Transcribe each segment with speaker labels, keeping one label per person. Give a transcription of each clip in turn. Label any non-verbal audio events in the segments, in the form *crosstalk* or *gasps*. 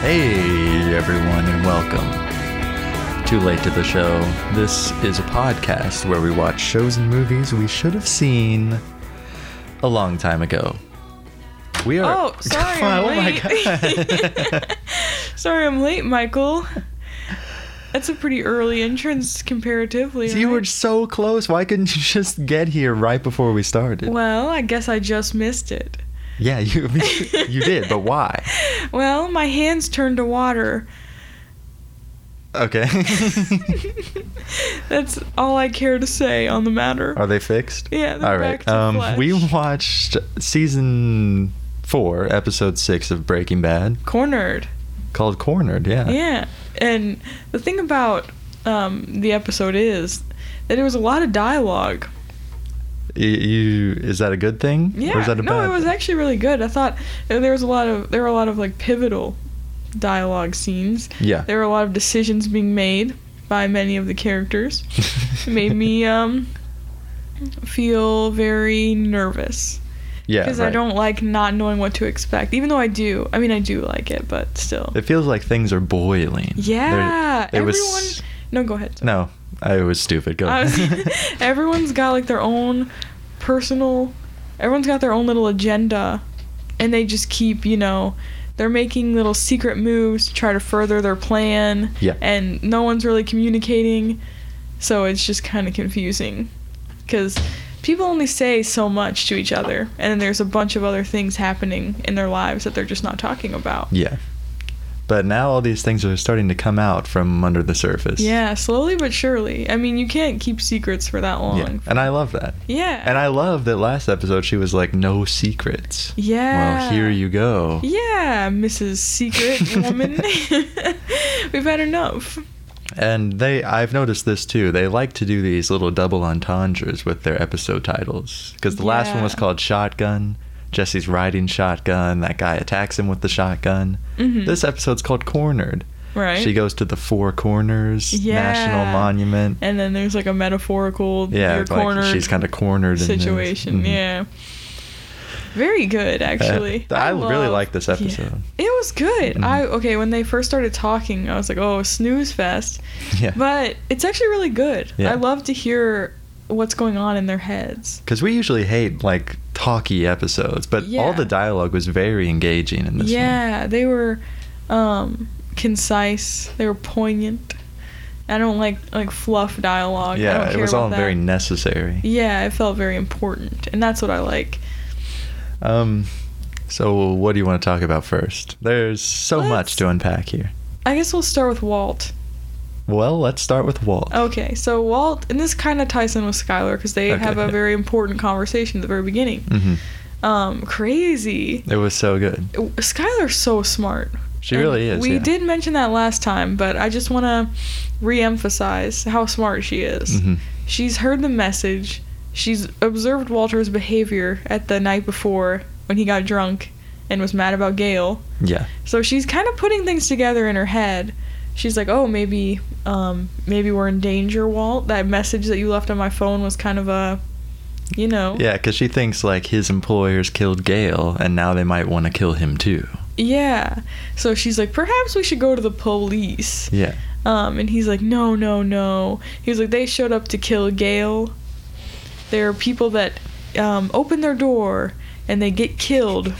Speaker 1: Hey, everyone, and welcome. Too late to the show. This is a podcast where we watch shows and movies we should have seen a long time ago. We are. *laughs*
Speaker 2: Oh, sorry, I'm
Speaker 1: oh my
Speaker 2: late.
Speaker 1: god.
Speaker 2: *laughs* Sorry, I'm late, Michael. That's a pretty early entrance comparatively.
Speaker 1: you were
Speaker 2: right?
Speaker 1: so close. Why couldn't you *laughs* just get here right before we started?
Speaker 2: Well, I guess I just missed it.
Speaker 1: Yeah, you *laughs* you did, but why?
Speaker 2: *laughs* Well, my hands turned to water.
Speaker 1: *laughs*
Speaker 2: *laughs*
Speaker 1: Okay.
Speaker 2: That's all I care to say on the matter.
Speaker 1: Are they fixed?
Speaker 2: Yeah, they're
Speaker 1: All right.
Speaker 2: back to
Speaker 1: um, we
Speaker 2: flesh.
Speaker 1: watched season four, episode six of Breaking Bad,
Speaker 2: Cornered.
Speaker 1: called Cornered. Yeah.
Speaker 2: Yeah. And the thing about um, the episode is that there was a lot of dialogue.
Speaker 1: Y- You is that a good thing?
Speaker 2: Yeah.
Speaker 1: Or is that a
Speaker 2: no,
Speaker 1: bad
Speaker 2: it was
Speaker 1: thing?
Speaker 2: actually really good. I thought uh, there was a lot of there were a lot of like pivotal dialogue scenes.
Speaker 1: Yeah.
Speaker 2: There were a lot of decisions being made by many of the characters. It *laughs* made me um feel very nervous
Speaker 1: *laughs* yeah.
Speaker 2: because I
Speaker 1: right.
Speaker 2: don't like not knowing what to expect. Even though I do, I mean, I do like it, but still.
Speaker 1: It feels like things are boiling. There-
Speaker 2: yeah.
Speaker 1: it
Speaker 2: everyone.
Speaker 1: was.
Speaker 2: No, go ahead.
Speaker 1: No, I was stupid. Go.
Speaker 2: I was-
Speaker 1: ahead.
Speaker 2: Um,
Speaker 1: *laughs*
Speaker 2: *laughs* everyone's got like their own personal. Everyone's got their own little agenda, and they just keep you know. They're making little secret moves to try to further their plan.
Speaker 1: Yeah.
Speaker 2: And no one's really communicating, so it's just kind of confusing, because people only say so much to each other, and then there's a bunch of other things happening in their lives that they're just not talking about.
Speaker 1: yeah. But now all these things are starting to come out from under the surface.
Speaker 2: Yeah, slowly but surely. I mean, you can't keep secrets for that long.
Speaker 1: Yeah. And I love that.
Speaker 2: Yeah.
Speaker 1: And I love that last episode she was like, no secrets.
Speaker 2: Yeah.
Speaker 1: Well, here you go.
Speaker 2: Yeah, Mrs. Secret Woman. *laughs* We've had enough.
Speaker 1: And they, I've noticed this too. They like to do these little double entendres with their episode titles. Because the last one was
Speaker 2: Yeah.
Speaker 1: called Shotgun. Jesse's riding shotgun. That guy attacks him with the shotgun.
Speaker 2: Mhm.
Speaker 1: This episode's called Cornered.
Speaker 2: Right.
Speaker 1: She goes to the Four Corners National
Speaker 2: Yeah.
Speaker 1: Monument.
Speaker 2: and then there's like a metaphorical
Speaker 1: yeah,
Speaker 2: you're
Speaker 1: it's like
Speaker 2: cornered
Speaker 1: she's kind of cornered
Speaker 2: situation.
Speaker 1: In this. Mhm.
Speaker 2: Yeah. Very good, actually.
Speaker 1: Uh, I really
Speaker 2: love-
Speaker 1: like this
Speaker 2: Yeah.
Speaker 1: episode. *laughs*
Speaker 2: It was good.
Speaker 1: Mhm.
Speaker 2: I okay when they first started talking, I was like, "Oh, snooze fest,"
Speaker 1: Yeah.
Speaker 2: but it's actually really good.
Speaker 1: Yeah.
Speaker 2: I love to hear what's going on in their heads.
Speaker 1: Because we usually hate like talky episodes, but all
Speaker 2: Yeah.
Speaker 1: the dialogue was very engaging in this one.
Speaker 2: yeah, they were um, concise. They were poignant. I don't like like fluff dialogue. I don't
Speaker 1: Yeah, it
Speaker 2: care
Speaker 1: was
Speaker 2: about
Speaker 1: all
Speaker 2: that.
Speaker 1: very necessary.
Speaker 2: Yeah, it felt very important, and that's what I like.
Speaker 1: Um, so what do you want to talk about first? There's so
Speaker 2: Let's-
Speaker 1: much to unpack here.
Speaker 2: I guess we'll start with Walt.
Speaker 1: Well, let's start with Walt.
Speaker 2: Okay, so Walt, and this kind of ties in with Skylar because they
Speaker 1: Okay,
Speaker 2: have a
Speaker 1: yeah.
Speaker 2: very important conversation at the very beginning.
Speaker 1: hmm
Speaker 2: Um, crazy.
Speaker 1: It was so good.
Speaker 2: Skylar's so smart.
Speaker 1: She
Speaker 2: And
Speaker 1: really is.
Speaker 2: We
Speaker 1: yeah.
Speaker 2: did mention that last time, but I just want to re-emphasize how smart she is.
Speaker 1: Mhm.
Speaker 2: She's heard the message. She's observed Walter's behavior at the night before when he got drunk and was mad about Gail.
Speaker 1: Yeah.
Speaker 2: So she's kind of putting things together in her head. She's like, "Oh, maybe um maybe we're in danger, Walt. That message that you left on my phone was kind of a you know."
Speaker 1: Yeah, because she thinks like his employers killed Gail, and now they might want to kill him too.
Speaker 2: Yeah. So she's like, "Perhaps we should go to the police."
Speaker 1: Yeah.
Speaker 2: Um, and he's like, no, no, no. He was like, they showed up to kill Gail. There are people that um, open their door and they get killed.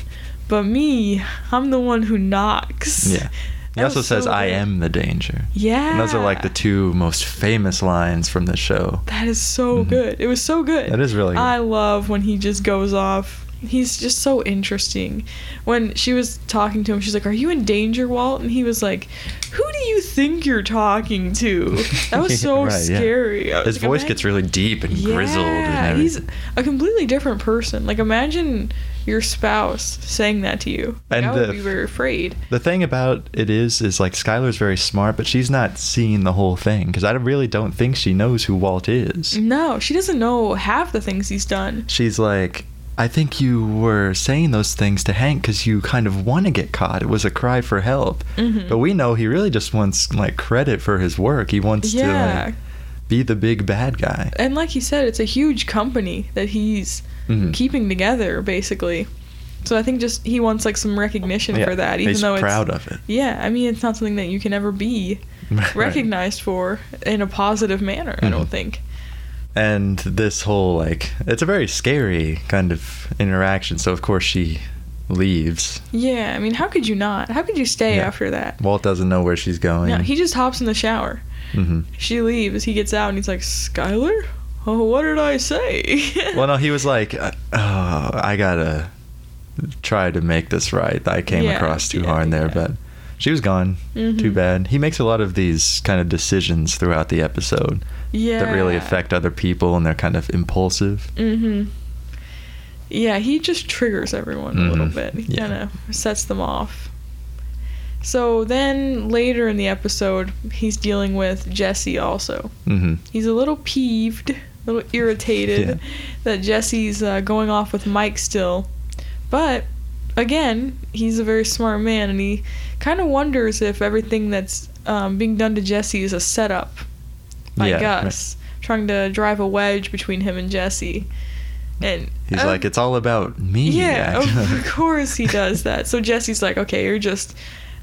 Speaker 2: But me, I'm the one who knocks.
Speaker 1: Yeah. He
Speaker 2: That
Speaker 1: also
Speaker 2: was
Speaker 1: says,
Speaker 2: so
Speaker 1: "I
Speaker 2: good.
Speaker 1: am the danger."
Speaker 2: Yeah.
Speaker 1: And those are like the two most famous lines from the show.
Speaker 2: That is so
Speaker 1: Mhm.
Speaker 2: good. It was so good.
Speaker 1: That is really good.
Speaker 2: I love when he just goes off. He's just so interesting. When she was talking to him, she's like, "Are you in danger, Walt?" And he was like, "Who do you think you're talking
Speaker 1: *laughs*
Speaker 2: to?" That was so
Speaker 1: Right, yeah.
Speaker 2: scary. I was
Speaker 1: His
Speaker 2: like,
Speaker 1: voice
Speaker 2: "Imagine-
Speaker 1: gets really deep and grizzled.
Speaker 2: Yeah,
Speaker 1: And
Speaker 2: he's
Speaker 1: everything.
Speaker 2: a completely different person. Like imagine your spouse saying that to you. Like,
Speaker 1: And
Speaker 2: I would
Speaker 1: the-
Speaker 2: be very afraid.
Speaker 1: the thing about it is, is like Skylar's very smart, but she's not seeing the whole thing because I really don't think she knows who Walt is.
Speaker 2: No, she doesn't know half the things he's done.
Speaker 1: She's like, I think you were saying those things to Hank because you kind of want to get caught. It was a cry for help.
Speaker 2: Mhm.
Speaker 1: But we know he really just wants like credit for his work. He wants to
Speaker 2: Yeah,
Speaker 1: like, be the big bad guy.
Speaker 2: and like he said, it's a huge company that he's
Speaker 1: Mhm.
Speaker 2: keeping together, basically. So I think just he wants like some recognition
Speaker 1: Yeah,
Speaker 2: for that, even
Speaker 1: he's
Speaker 2: though it's
Speaker 1: proud of it. *laughs*
Speaker 2: Yeah, I mean it's not something that you can ever be
Speaker 1: Right.
Speaker 2: recognized for in a positive manner. I don't
Speaker 1: Mhm.
Speaker 2: think.
Speaker 1: And this whole like it's a very scary kind of interaction. So of course she leaves.
Speaker 2: Yeah, I mean how could you not? How could you stay
Speaker 1: Yeah.
Speaker 2: after that?
Speaker 1: Walt doesn't know where she's going.
Speaker 2: No, he just hops in the shower.
Speaker 1: hmm
Speaker 2: She leaves. He gets out and he's like, Skylar? Oh, what did I say? *laughs*
Speaker 1: Well, no, he was like, uh, "Oh, I gotta try to make this right. I came
Speaker 2: Yeah,
Speaker 1: across too
Speaker 2: yeah,
Speaker 1: hard there,
Speaker 2: yeah.
Speaker 1: but she was gone. Too
Speaker 2: Mhm.
Speaker 1: bad." He makes a lot of these kind of decisions throughout the episode
Speaker 2: yeah.
Speaker 1: that really affect other people, and they're kind of impulsive.
Speaker 2: Mm-hmm. Yeah, he just triggers everyone a little
Speaker 1: Mhm.
Speaker 2: bit. He
Speaker 1: Yeah.
Speaker 2: kind of sets them off. So then later in the episode, he's dealing with Jesse also.
Speaker 1: hmm
Speaker 2: He's a little peeved, a little irritated
Speaker 1: Yeah.
Speaker 2: that Jesse's uh, going off with Mike still. But again, he's a very smart man and he kind of wonders if everything that's um, being done to Jesse is a setup by
Speaker 1: Yeah,
Speaker 2: Gus, trying to drive a wedge between him and Jesse. And
Speaker 1: He's
Speaker 2: um,
Speaker 1: like, "It's all about me."
Speaker 2: yeah,
Speaker 1: *laughs* actually."
Speaker 2: of course he does that. So Jesse's like, okay, you're just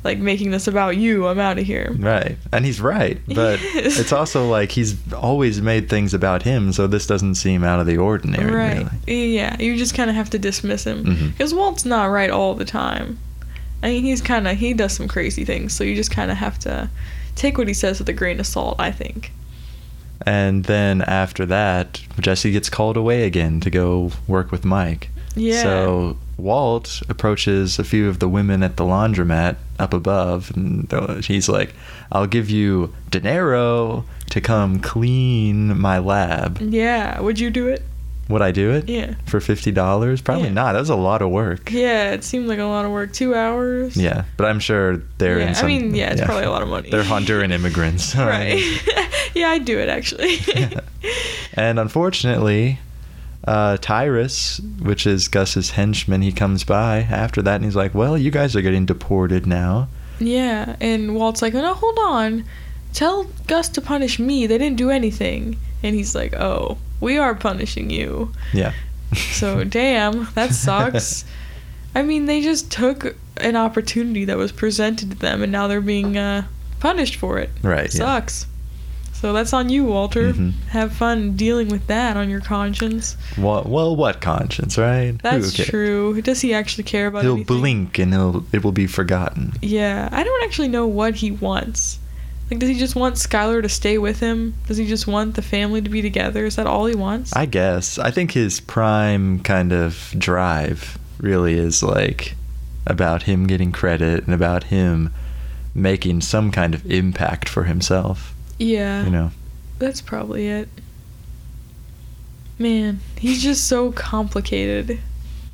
Speaker 2: like making this about you. I'm out of here.
Speaker 1: *laughs* Right. And he's right. But
Speaker 2: Yes.
Speaker 1: it's also like he's always made things about him, so this doesn't seem out of the ordinary,
Speaker 2: Right.
Speaker 1: really.
Speaker 2: Yeah, you just kind of have to dismiss him
Speaker 1: Mhm.
Speaker 2: because Walt's not right all the time. I mean, he's kind of he does some crazy things, so you just kind of have to take what he says with a grain of salt. I think.
Speaker 1: And then after that, Jesse gets called away again to go work with Mike.
Speaker 2: Yeah.
Speaker 1: So Walt approaches a few of the women at the laundromat up above, and they're- he's like, I'll give you dinero to come clean my lab.
Speaker 2: Yeah. Would you do it?
Speaker 1: Would I do it?
Speaker 2: Yeah.
Speaker 1: For $50? Probably
Speaker 2: Yeah.
Speaker 1: not. That was a lot of work.
Speaker 2: Yeah. It seemed like a lot of work. Two hours.
Speaker 1: Yeah, but I'm sure they're
Speaker 2: Yeah, I
Speaker 1: in some.
Speaker 2: mean, yeah, it's probably a lot of money.
Speaker 1: They're Honduran immigrants,
Speaker 2: *laughs*
Speaker 1: so I
Speaker 2: Right.
Speaker 1: mean-
Speaker 2: yeah, I'd do
Speaker 1: *laughs*
Speaker 2: it actually. *laughs*
Speaker 1: and unfortunately, uh, Tyrus, which is Gus's henchman, he comes by after that and he's like, "Well, you guys are getting deported now."
Speaker 2: Yeah, and Walt's like, no, hold on. Tell Gus to punish me. They didn't do anything. And he's like, oh, we are punishing you.
Speaker 1: Yeah. *laughs*
Speaker 2: So, damn, that sucks. I mean, they just took an opportunity that was presented to them, and now they're being uh, punished for it.
Speaker 1: Right, yeah.
Speaker 2: Sucks. So that's on you, Walter.
Speaker 1: Mhm.
Speaker 2: Have fun dealing with that on your conscience.
Speaker 1: well, well, what conscience, right?
Speaker 2: That's
Speaker 1: Who cares?
Speaker 2: true. Does he actually care about
Speaker 1: He'll
Speaker 2: anything?
Speaker 1: blink and he'll it will be forgotten.
Speaker 2: Yeah, I don't actually know what he wants. Like, does he just want Skylar to stay with him? Does he just want the family to be together? Is that all he wants?
Speaker 1: I guess. I think his prime kind of drive really is like about him getting credit and about him making some kind of impact for himself,
Speaker 2: yeah,
Speaker 1: you know.
Speaker 2: that's probably it. Man, he's just so complicated.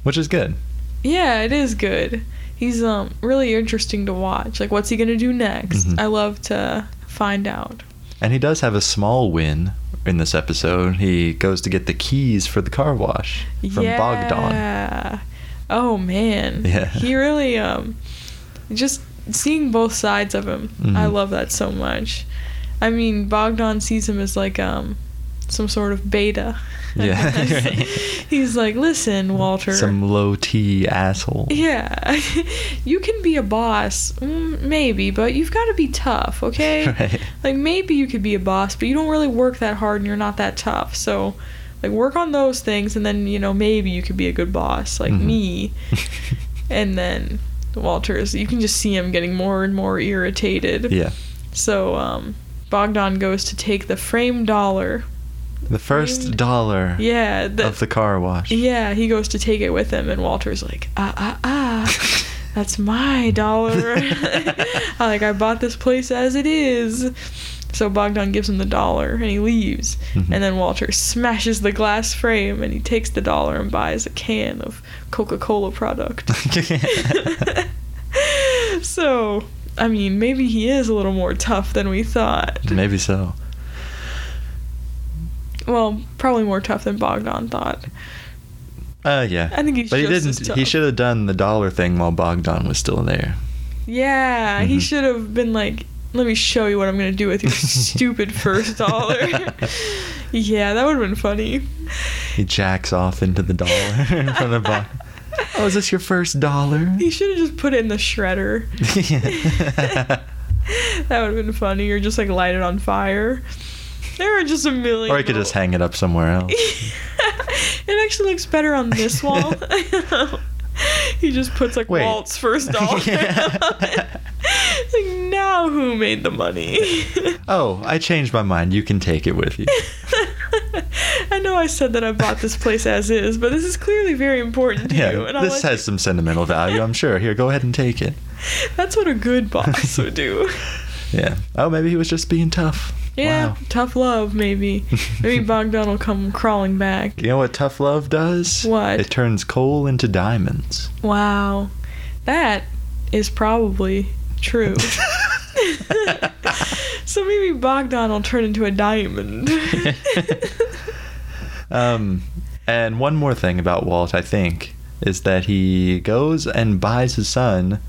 Speaker 1: Which is good.
Speaker 2: Yeah, it is good. He's um really interesting to watch. Like, what's he gonna do next?
Speaker 1: Mhm.
Speaker 2: I love to find out.
Speaker 1: And he does have a small win in this episode. He goes to get the keys for the car wash from
Speaker 2: yeah.
Speaker 1: Bogdan.
Speaker 2: Oh man.
Speaker 1: Yeah.
Speaker 2: He really um just seeing both sides of him. I
Speaker 1: Mhm.
Speaker 2: love that so much. I mean, Bogdan sees him as like um some sort of beta. I *laughs*
Speaker 1: Yeah. *laughs*
Speaker 2: guess.
Speaker 1: Right.
Speaker 2: He's like, "Listen, Walter.
Speaker 1: Some low T asshole.
Speaker 2: yeah, *laughs* you can be a boss, mm, maybe, but you've got to be tough, okay?
Speaker 1: *laughs* Right.
Speaker 2: Like maybe you could be a boss, but you don't really work that hard and you're not that tough. So, like work on those things, and then you know maybe you could be a good boss, like
Speaker 1: Mhm.
Speaker 2: me. And then Walters, you can just see him getting more and more irritated.
Speaker 1: yeah.
Speaker 2: So um, Bogdan goes to take the frame dollar.
Speaker 1: The first
Speaker 2: Framed-
Speaker 1: dollar
Speaker 2: Yeah, the,
Speaker 1: of the car wash.
Speaker 2: yeah, he goes to take it with him, and Walter's like, ah ah
Speaker 1: *laughs*
Speaker 2: ah. That's my dollar. I, like I bought this place as it is. So Bogdan gives him the dollar and he leaves.
Speaker 1: Mhm.
Speaker 2: And then Walter smashes the glass frame and he takes the dollar and buys a can of Coca-Cola product. *laughs* so, I mean, maybe he is a little more tough than we thought.
Speaker 1: Maybe so.
Speaker 2: Well, probably more tough than Bogdan thought.
Speaker 1: Uh, yeah.
Speaker 2: I think he's
Speaker 1: But he
Speaker 2: just as
Speaker 1: didn't. He
Speaker 2: tough.
Speaker 1: should have done the dollar thing while Bogdan was still there.
Speaker 2: Yeah, he
Speaker 1: Mhm.
Speaker 2: should have been like, let me show you what I'm going to do with
Speaker 1: *laughs*
Speaker 2: your stupid first dollar. yeah, that would have been funny.
Speaker 1: *laughs* He jacks off into the dollar in front of Bogdan. Oh, is this your first dollar?
Speaker 2: *laughs* He should have just put it in the shredder.
Speaker 1: Yeah.
Speaker 2: That would have been funny. Or just like light it on fire. There are just a million.
Speaker 1: or I could just hang it up somewhere else.
Speaker 2: *laughs* it actually looks better on *laughs*
Speaker 1: *laughs*
Speaker 2: this wall. *laughs* he just puts like
Speaker 1: Wait. *laughs*
Speaker 2: Walt's first dollar.
Speaker 1: Yeah.
Speaker 2: *laughs* like now, who made the money?
Speaker 1: *laughs* Oh, I changed my mind. You can take it with you.
Speaker 2: *laughs* I know I said that I bought this place as is, but this is clearly very important to you.
Speaker 1: Yeah,
Speaker 2: And I'll
Speaker 1: this
Speaker 2: let
Speaker 1: has some sentimental value,
Speaker 2: *laughs*
Speaker 1: I'm sure. Here, go ahead and take it.
Speaker 2: you- that's what a good boss would do.
Speaker 1: *laughs* Yeah. Oh, maybe he was just being tough.
Speaker 2: Yeah,
Speaker 1: Wow.
Speaker 2: tough love, maybe.
Speaker 1: *laughs*
Speaker 2: Maybe Bogdan will come crawling back.
Speaker 1: You know what tough love does?
Speaker 2: What?
Speaker 1: It turns coal into diamonds.
Speaker 2: Wow. That is probably
Speaker 1: *laughs*
Speaker 2: true. *laughs* so maybe Bogdan will turn into
Speaker 1: *laughs*
Speaker 2: a diamond.
Speaker 1: Um, and one more thing about Walt, I think, is that he goes and buys his son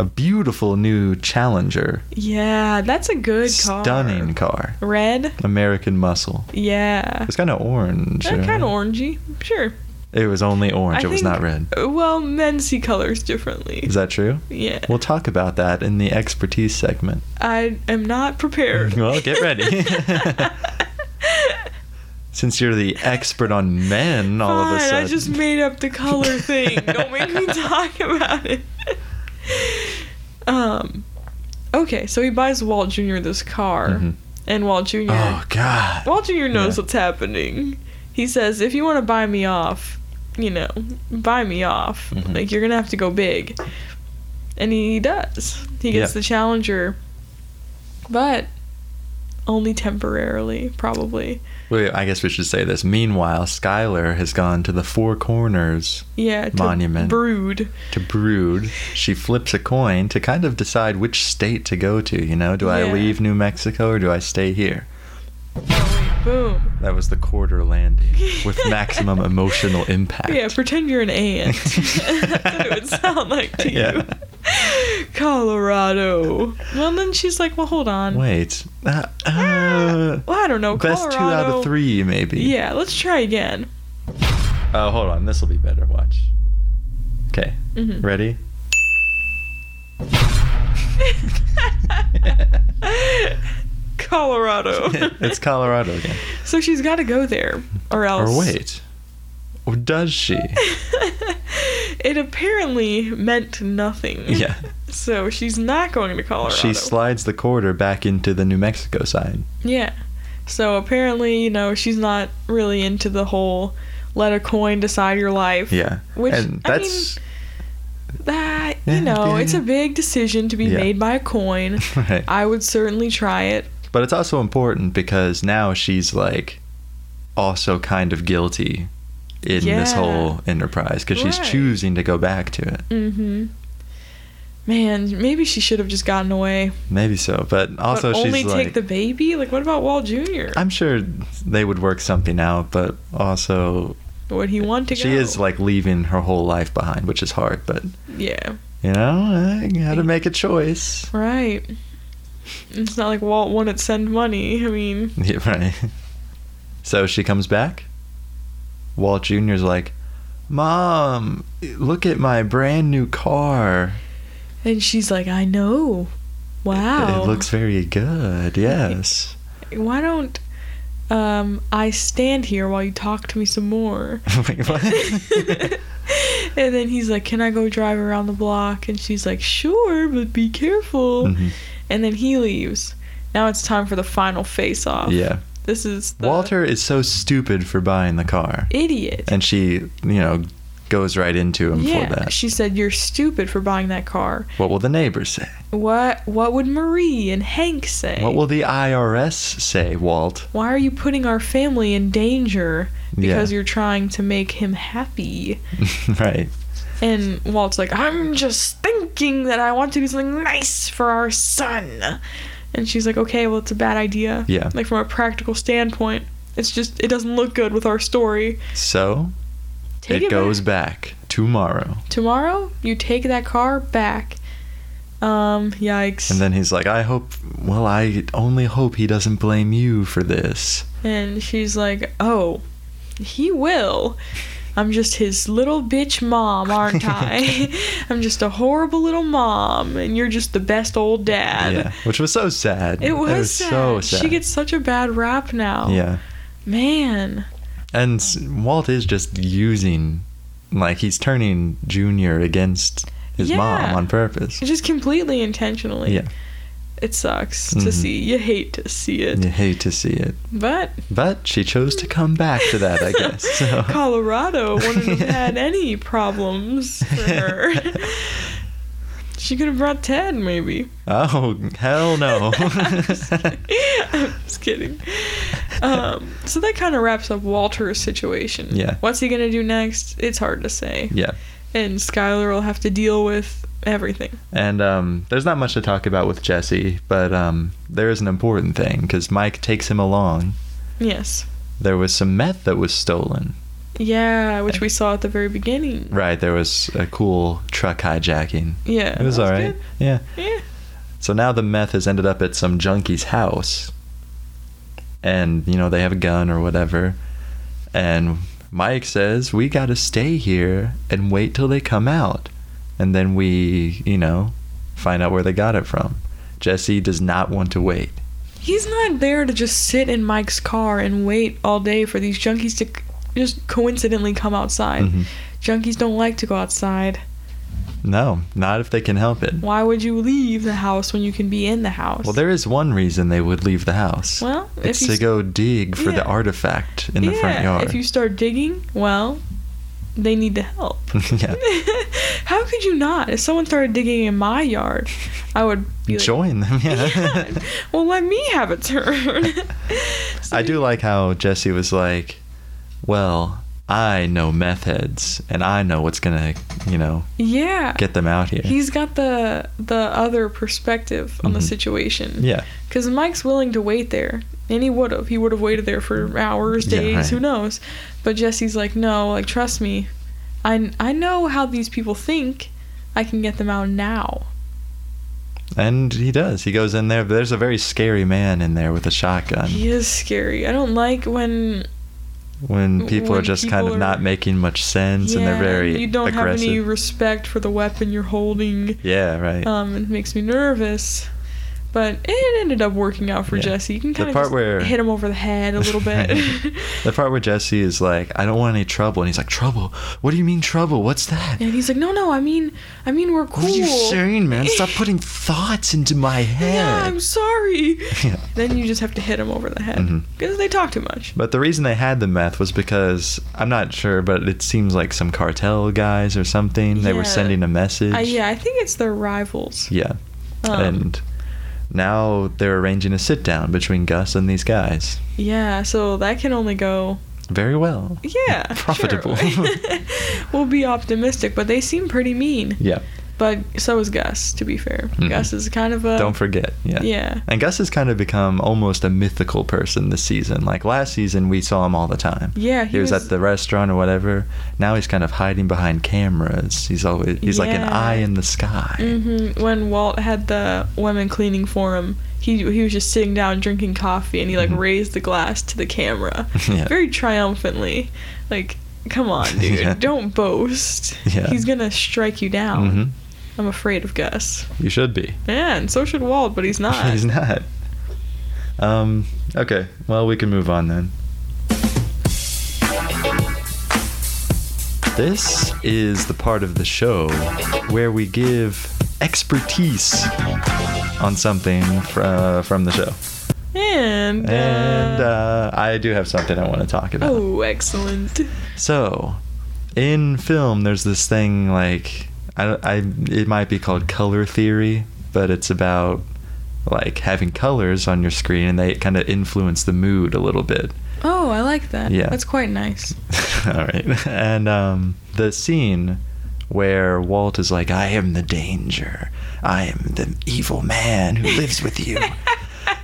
Speaker 1: a beautiful new Challenger.
Speaker 2: yeah, that's a good car.
Speaker 1: Stunning car.
Speaker 2: Red?
Speaker 1: American Muscle.
Speaker 2: Yeah.
Speaker 1: It's kind of orange.
Speaker 2: That
Speaker 1: right?
Speaker 2: kind of orangey. Sure.
Speaker 1: It was only orange.
Speaker 2: I
Speaker 1: it was
Speaker 2: think-
Speaker 1: not red.
Speaker 2: Uh, Well, men see colors differently.
Speaker 1: Is that true?
Speaker 2: Yeah.
Speaker 1: We'll talk about that in the expertise segment.
Speaker 2: I am not prepared.
Speaker 1: Well, get
Speaker 2: *laughs*
Speaker 1: ready. Since you're the expert on men all of a
Speaker 2: Fine,
Speaker 1: sudden.
Speaker 2: I just made up the color thing. Don't make
Speaker 1: *laughs*
Speaker 2: me talk about it. um, okay, so he buys Walt Jr. this car,
Speaker 1: Mhm.
Speaker 2: and Walt Jr.
Speaker 1: Oh, God.
Speaker 2: Walt Jr. knows
Speaker 1: Yeah.
Speaker 2: what's happening. He says, "If you want to buy me off, you know, buy me off.
Speaker 1: Mhm.
Speaker 2: Like you're gonna have to go big." And he does. He gets
Speaker 1: Yeah.
Speaker 2: the Challenger, but only temporarily, probably.
Speaker 1: Wait, I guess we should say this. Meanwhile, Skylar has gone to the Four Corners
Speaker 2: Yeah, to
Speaker 1: Monument.
Speaker 2: brood.
Speaker 1: to brood. She flips a coin to kind of decide which state to go to. You know, do I
Speaker 2: Yeah.
Speaker 1: leave New Mexico or do I stay here?
Speaker 2: Boom.
Speaker 1: That was the quarter landing
Speaker 2: *laughs*
Speaker 1: with maximum emotional impact.
Speaker 2: Yeah, pretend you're
Speaker 1: *laughs*
Speaker 2: an ant. *laughs* That's what it would sound like to
Speaker 1: Yeah.
Speaker 2: you. Colorado. Well, then she's like, well, hold on.
Speaker 1: Wait. Uh, uh,
Speaker 2: Ah, Well, I don't know.
Speaker 1: best
Speaker 2: Colorado.
Speaker 1: two out of three, maybe.
Speaker 2: Yeah, let's try again.
Speaker 1: Oh, hold on. This will be better. Watch. Okay.
Speaker 2: Mhm.
Speaker 1: Ready?
Speaker 2: *laughs*
Speaker 1: *laughs*
Speaker 2: Colorado.
Speaker 1: *laughs* it's Colorado again.
Speaker 2: so she's got to go there, or else.
Speaker 1: Or wait. Or does she?
Speaker 2: *laughs* It apparently meant nothing.
Speaker 1: Yeah.
Speaker 2: So she's not going to Colorado.
Speaker 1: She slides the quarter back into the New Mexico side.
Speaker 2: Yeah. So apparently, you know, she's not really into the whole let a coin decide your life.
Speaker 1: Yeah.
Speaker 2: Which,
Speaker 1: and
Speaker 2: I
Speaker 1: that's
Speaker 2: That,
Speaker 1: Yeah,
Speaker 2: you know,
Speaker 1: yeah,
Speaker 2: it's a
Speaker 1: yeah.
Speaker 2: big decision to be
Speaker 1: Yeah.
Speaker 2: made by a coin.
Speaker 1: *laughs* right.
Speaker 2: I would certainly try it.
Speaker 1: But it's also important because now she's like also kind of guilty in this
Speaker 2: Yeah.
Speaker 1: whole enterprise because she's
Speaker 2: Right.
Speaker 1: choosing to go back to it.
Speaker 2: Mm hmm. Man, maybe she should have just gotten away.
Speaker 1: Maybe so, but also
Speaker 2: but only
Speaker 1: she's
Speaker 2: take
Speaker 1: like
Speaker 2: the baby? Like, what about Wall Jr.?
Speaker 1: I'm sure they would work something out, but also
Speaker 2: Would he want to
Speaker 1: she
Speaker 2: go?
Speaker 1: is like leaving her whole life behind, which is hard, but
Speaker 2: Yeah,
Speaker 1: you know, you had to make a choice.
Speaker 2: right. It's not like Walt wanted to send money. I mean,
Speaker 1: *laughs* Yeah, right. So she comes back. Walt Jr.'s like, Mom, look at my brand new car.
Speaker 2: and she's like, I know. Wow.
Speaker 1: It looks very good, yes. *laughs*
Speaker 2: why don't um, I stand here while you talk to me some more?
Speaker 1: Wait,
Speaker 2: *laughs*
Speaker 1: what? *laughs*
Speaker 2: and then he's like, Can I go drive around the block? And she's like, Sure, but be careful.
Speaker 1: Mhm.
Speaker 2: And then he leaves. Now it's time for the final face off.
Speaker 1: Yeah.
Speaker 2: This is the
Speaker 1: Walter is so stupid for buying the car.
Speaker 2: idiot.
Speaker 1: And she, you know, goes right into him
Speaker 2: yeah,
Speaker 1: for that.
Speaker 2: she said you're stupid for buying that car.
Speaker 1: What will the neighbors say?
Speaker 2: What what would Marie and Hank say?
Speaker 1: What will the IRS say, Walt?
Speaker 2: Why are you putting our family in danger because
Speaker 1: Yeah.
Speaker 2: you're trying to make him happy?
Speaker 1: *laughs* right.
Speaker 2: And Walt's like, I'm just thinking that I want to do something nice for our son. And she's like, okay, well, it's a bad idea.
Speaker 1: Yeah.
Speaker 2: Like, from a practical standpoint, it's just, it doesn't look good with our story.
Speaker 1: So
Speaker 2: Take it,
Speaker 1: it, goes
Speaker 2: back.
Speaker 1: back tomorrow.
Speaker 2: Tomorrow, you take that car back. Um, yikes.
Speaker 1: And then
Speaker 2: And,
Speaker 1: he's like, I hope, well, I only hope he doesn't blame you for this.
Speaker 2: she's like, oh, he will. I'm just his little bitch mom, aren't
Speaker 1: *laughs*
Speaker 2: I? I'm just a horrible little mom, and you're just the best old dad.
Speaker 1: Yeah, which was so sad.
Speaker 2: It was, sad.
Speaker 1: so sad.
Speaker 2: She gets such a bad rap now.
Speaker 1: yeah,
Speaker 2: Man.
Speaker 1: and s- Walt is just using, like he's turning Junior against his
Speaker 2: Yeah.
Speaker 1: mom on purpose.
Speaker 2: Just completely intentionally.
Speaker 1: Yeah,
Speaker 2: It sucks
Speaker 1: Mhm.
Speaker 2: to see. You hate to see it.
Speaker 1: you hate to see it,
Speaker 2: But
Speaker 1: but she chose to come back to that, I guess. So.
Speaker 2: *laughs* Colorado wouldn't
Speaker 1: *laughs*
Speaker 2: have had any problems for her.
Speaker 1: *laughs*
Speaker 2: she could have brought Ted, maybe.
Speaker 1: Oh hell no!
Speaker 2: *laughs*
Speaker 1: *laughs*
Speaker 2: I'm just kidding. I'm just kidding. Um, so that kind of wraps up Walter's situation.
Speaker 1: Yeah.
Speaker 2: What's he going to do next? It's hard to say.
Speaker 1: yeah,
Speaker 2: And Skylar will have to deal with everything.
Speaker 1: and um, there's not much to talk about with Jesse, but um, there is an important thing because Mike takes him along.
Speaker 2: Yes.
Speaker 1: There was some meth that was stolen.
Speaker 2: Yeah, which we saw at the very beginning.
Speaker 1: Right, there was a cool truck hijacking.
Speaker 2: Yeah.
Speaker 1: it was
Speaker 2: that
Speaker 1: all right.
Speaker 2: good.
Speaker 1: Yeah.
Speaker 2: Yeah.
Speaker 1: So now the meth has ended up at some junkie's house, and you know they have a gun or whatever, and Mike says we gotta stay here and wait till they come out, and then we you know find out where they got it from. Jesse does not want to wait.
Speaker 2: He's not there to just sit in Mike's car and wait all day for these junkies to c- just coincidentally come outside.
Speaker 1: Mhm.
Speaker 2: Junkies don't like to go outside.
Speaker 1: No, not if they can help it.
Speaker 2: Why would you leave the house when you can be in the house?
Speaker 1: Well, there is one reason they would leave the house.
Speaker 2: Well, if
Speaker 1: it's
Speaker 2: you
Speaker 1: to
Speaker 2: s-
Speaker 1: go dig for
Speaker 2: Yeah.
Speaker 1: the artifact in the
Speaker 2: yeah,
Speaker 1: front yard.
Speaker 2: If you start digging, well, they need to help.
Speaker 1: *laughs* yeah.
Speaker 2: *laughs* How could you not? If someone started digging in my yard, I would be like,
Speaker 1: Join them, yeah.
Speaker 2: *laughs*
Speaker 1: *laughs*
Speaker 2: "Yeah, well, let me have a turn. So
Speaker 1: I do like how Jesse was like, "Well, I know meth heads, and I know what's gonna, you know,
Speaker 2: Yeah.
Speaker 1: get them out here."
Speaker 2: He's got the the other perspective on the
Speaker 1: Mhm.
Speaker 2: situation.
Speaker 1: yeah,
Speaker 2: Because Mike's willing to wait there, and he would have. He would have waited there for hours,
Speaker 1: Yeah,
Speaker 2: days,
Speaker 1: right.
Speaker 2: who knows? But Jesse's like, no, like trust me, I I know how these people think. I can get them out now.
Speaker 1: and he does. He goes in there. But there's a very scary man in there with a shotgun.
Speaker 2: He is scary. I don't like when
Speaker 1: When people
Speaker 2: When
Speaker 1: are just kind
Speaker 2: people
Speaker 1: of
Speaker 2: are-
Speaker 1: not making much sense, and
Speaker 2: yeah,
Speaker 1: they're very
Speaker 2: you don't
Speaker 1: aggressive.
Speaker 2: have any respect for the weapon you're holding.
Speaker 1: yeah, right.
Speaker 2: Um, it makes me nervous. But it ended up working out for
Speaker 1: Yeah.
Speaker 2: Jesse. You can
Speaker 1: The
Speaker 2: kind
Speaker 1: part
Speaker 2: of
Speaker 1: where-
Speaker 2: hit him over the head a little
Speaker 1: *laughs*
Speaker 2: bit. *laughs*
Speaker 1: the part where Jesse is like, "I don't want any trouble," and he's like, "Trouble? What do you mean trouble? What's that?"
Speaker 2: And he's like, no, no, I mean, I mean, we're cool.
Speaker 1: What are you saying, man?
Speaker 2: *laughs*
Speaker 1: Stop putting thoughts into my head.
Speaker 2: Yeah, I'm sorry.
Speaker 1: *laughs* Yeah.
Speaker 2: Then you just have to hit him over the head
Speaker 1: Mhm.
Speaker 2: because they talk too much.
Speaker 1: But the reason they had the meth was because I'm not sure, but it seems like some cartel guys or something. They
Speaker 2: Yeah.
Speaker 1: were sending a message.
Speaker 2: I, yeah, I think it's their rivals.
Speaker 1: Yeah.
Speaker 2: Um,
Speaker 1: and now they're arranging a sit down between Gus and these guys.
Speaker 2: Yeah, so that can only go.
Speaker 1: Very well.
Speaker 2: Yeah,
Speaker 1: *laughs*
Speaker 2: sure.
Speaker 1: Profitable.
Speaker 2: *laughs* we'll be optimistic, but they seem pretty mean.
Speaker 1: *laughs* yeah.
Speaker 2: But so is Gus. To be fair,
Speaker 1: Mhm.
Speaker 2: Gus is kind of a
Speaker 1: Don't forget. Yeah.
Speaker 2: yeah.
Speaker 1: And Gus has kind of become almost a mythical person this season. Like last season, we saw him all the time.
Speaker 2: Yeah,
Speaker 1: He,
Speaker 2: he
Speaker 1: was,
Speaker 2: was-
Speaker 1: at the restaurant or whatever. Now he's kind of hiding behind cameras. He's always he's like an
Speaker 2: Yeah.
Speaker 1: eye in the sky.
Speaker 2: hmm When Walt had the women cleaning for him, he he was just sitting down drinking coffee, and he like
Speaker 1: Mhm.
Speaker 2: raised the glass to the camera,
Speaker 1: *laughs* Yeah.
Speaker 2: very triumphantly. Like, come
Speaker 1: *laughs*
Speaker 2: on, dude,
Speaker 1: Yeah.
Speaker 2: don't boast.
Speaker 1: Yeah.
Speaker 2: He's gonna strike you down.
Speaker 1: Mhm.
Speaker 2: I'm afraid of Gus.
Speaker 1: You should be.
Speaker 2: Man, so should Walt, but he's
Speaker 1: *laughs*
Speaker 2: not.
Speaker 1: He's not. Um. Okay. Well, we can move on then. This is the part of the show where we give expertise on something fr- uh, from the show.
Speaker 2: And uh,
Speaker 1: And uh, I do have something I want to talk about.
Speaker 2: oh, excellent.
Speaker 1: So, in film, there's this thing like I, don't- I it might be called color theory, but it's about like having colors on your screen and they kind of influence the mood a little bit. *laughs*
Speaker 2: Oh, I like that.
Speaker 1: Yeah.
Speaker 2: that's quite nice.
Speaker 1: All right, and um, the scene where Walt is like, "I am the danger. I am the evil man who lives with
Speaker 2: *laughs*
Speaker 1: you."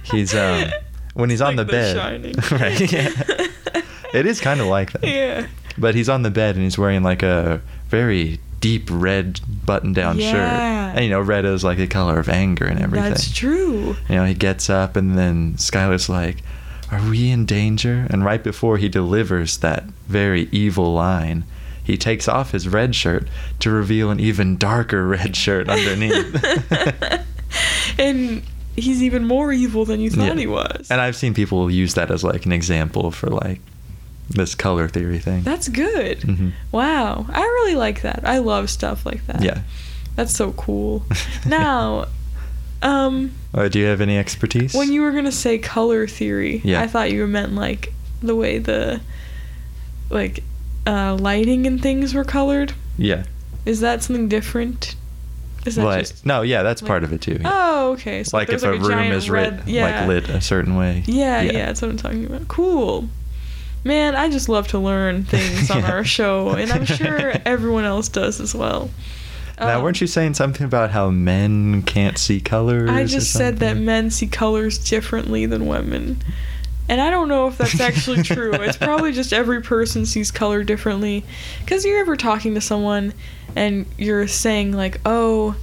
Speaker 1: He's um when he's
Speaker 2: It's
Speaker 1: on
Speaker 2: like
Speaker 1: the bed.
Speaker 2: Shining.
Speaker 1: *laughs* right.
Speaker 2: *laughs*
Speaker 1: Yeah. it is kind of like that.
Speaker 2: Yeah.
Speaker 1: But he's on the bed and he's wearing like a very deep red button down shirt.
Speaker 2: Yeah.
Speaker 1: And you know, red is like the color of anger and everything.
Speaker 2: That's true.
Speaker 1: You know, he gets up and then Skylar's like, Are we in danger? And right before he delivers that very evil line, He takes off his red shirt to reveal an even darker red shirt
Speaker 2: *laughs*
Speaker 1: underneath.
Speaker 2: and he's even more evil than you thought
Speaker 1: Yeah.
Speaker 2: he was.
Speaker 1: and I've seen people use that as like an example for like this color theory thing.
Speaker 2: That's good.
Speaker 1: Mhm.
Speaker 2: Wow. I really like that. I love stuff like that.
Speaker 1: Yeah.
Speaker 2: That's so
Speaker 1: *laughs*
Speaker 2: cool. now, um,
Speaker 1: Uh, do you have any expertise?
Speaker 2: when you were going to say color theory,
Speaker 1: Yeah.
Speaker 2: I thought you meant like the way the like uh, lighting and things were colored.
Speaker 1: yeah.
Speaker 2: Is that something different? Is that
Speaker 1: Like-
Speaker 2: just
Speaker 1: no, yeah, that's
Speaker 2: like-
Speaker 1: part of it too. yeah.
Speaker 2: Oh, okay. So
Speaker 1: like if
Speaker 2: there's,
Speaker 1: a, room
Speaker 2: giant
Speaker 1: is
Speaker 2: red,
Speaker 1: red,
Speaker 2: yeah.
Speaker 1: like lit a certain way.
Speaker 2: Yeah, yeah, that's what I'm talking about. Cool. Man, I just love to
Speaker 1: *laughs*
Speaker 2: learn things on
Speaker 1: Yeah.
Speaker 2: our show, and
Speaker 1: *laughs*
Speaker 2: I'm sure everyone else does as well.
Speaker 1: now,
Speaker 2: Um,
Speaker 1: weren't you saying something about how men can't see colors?
Speaker 2: I
Speaker 1: or
Speaker 2: just said that
Speaker 1: something?
Speaker 2: men see colors differently than women. And I don't know if
Speaker 1: *laughs*
Speaker 2: that's actually true. It's probably just every person sees color differently. Because you're ever talking to someone and you're saying, like, oh,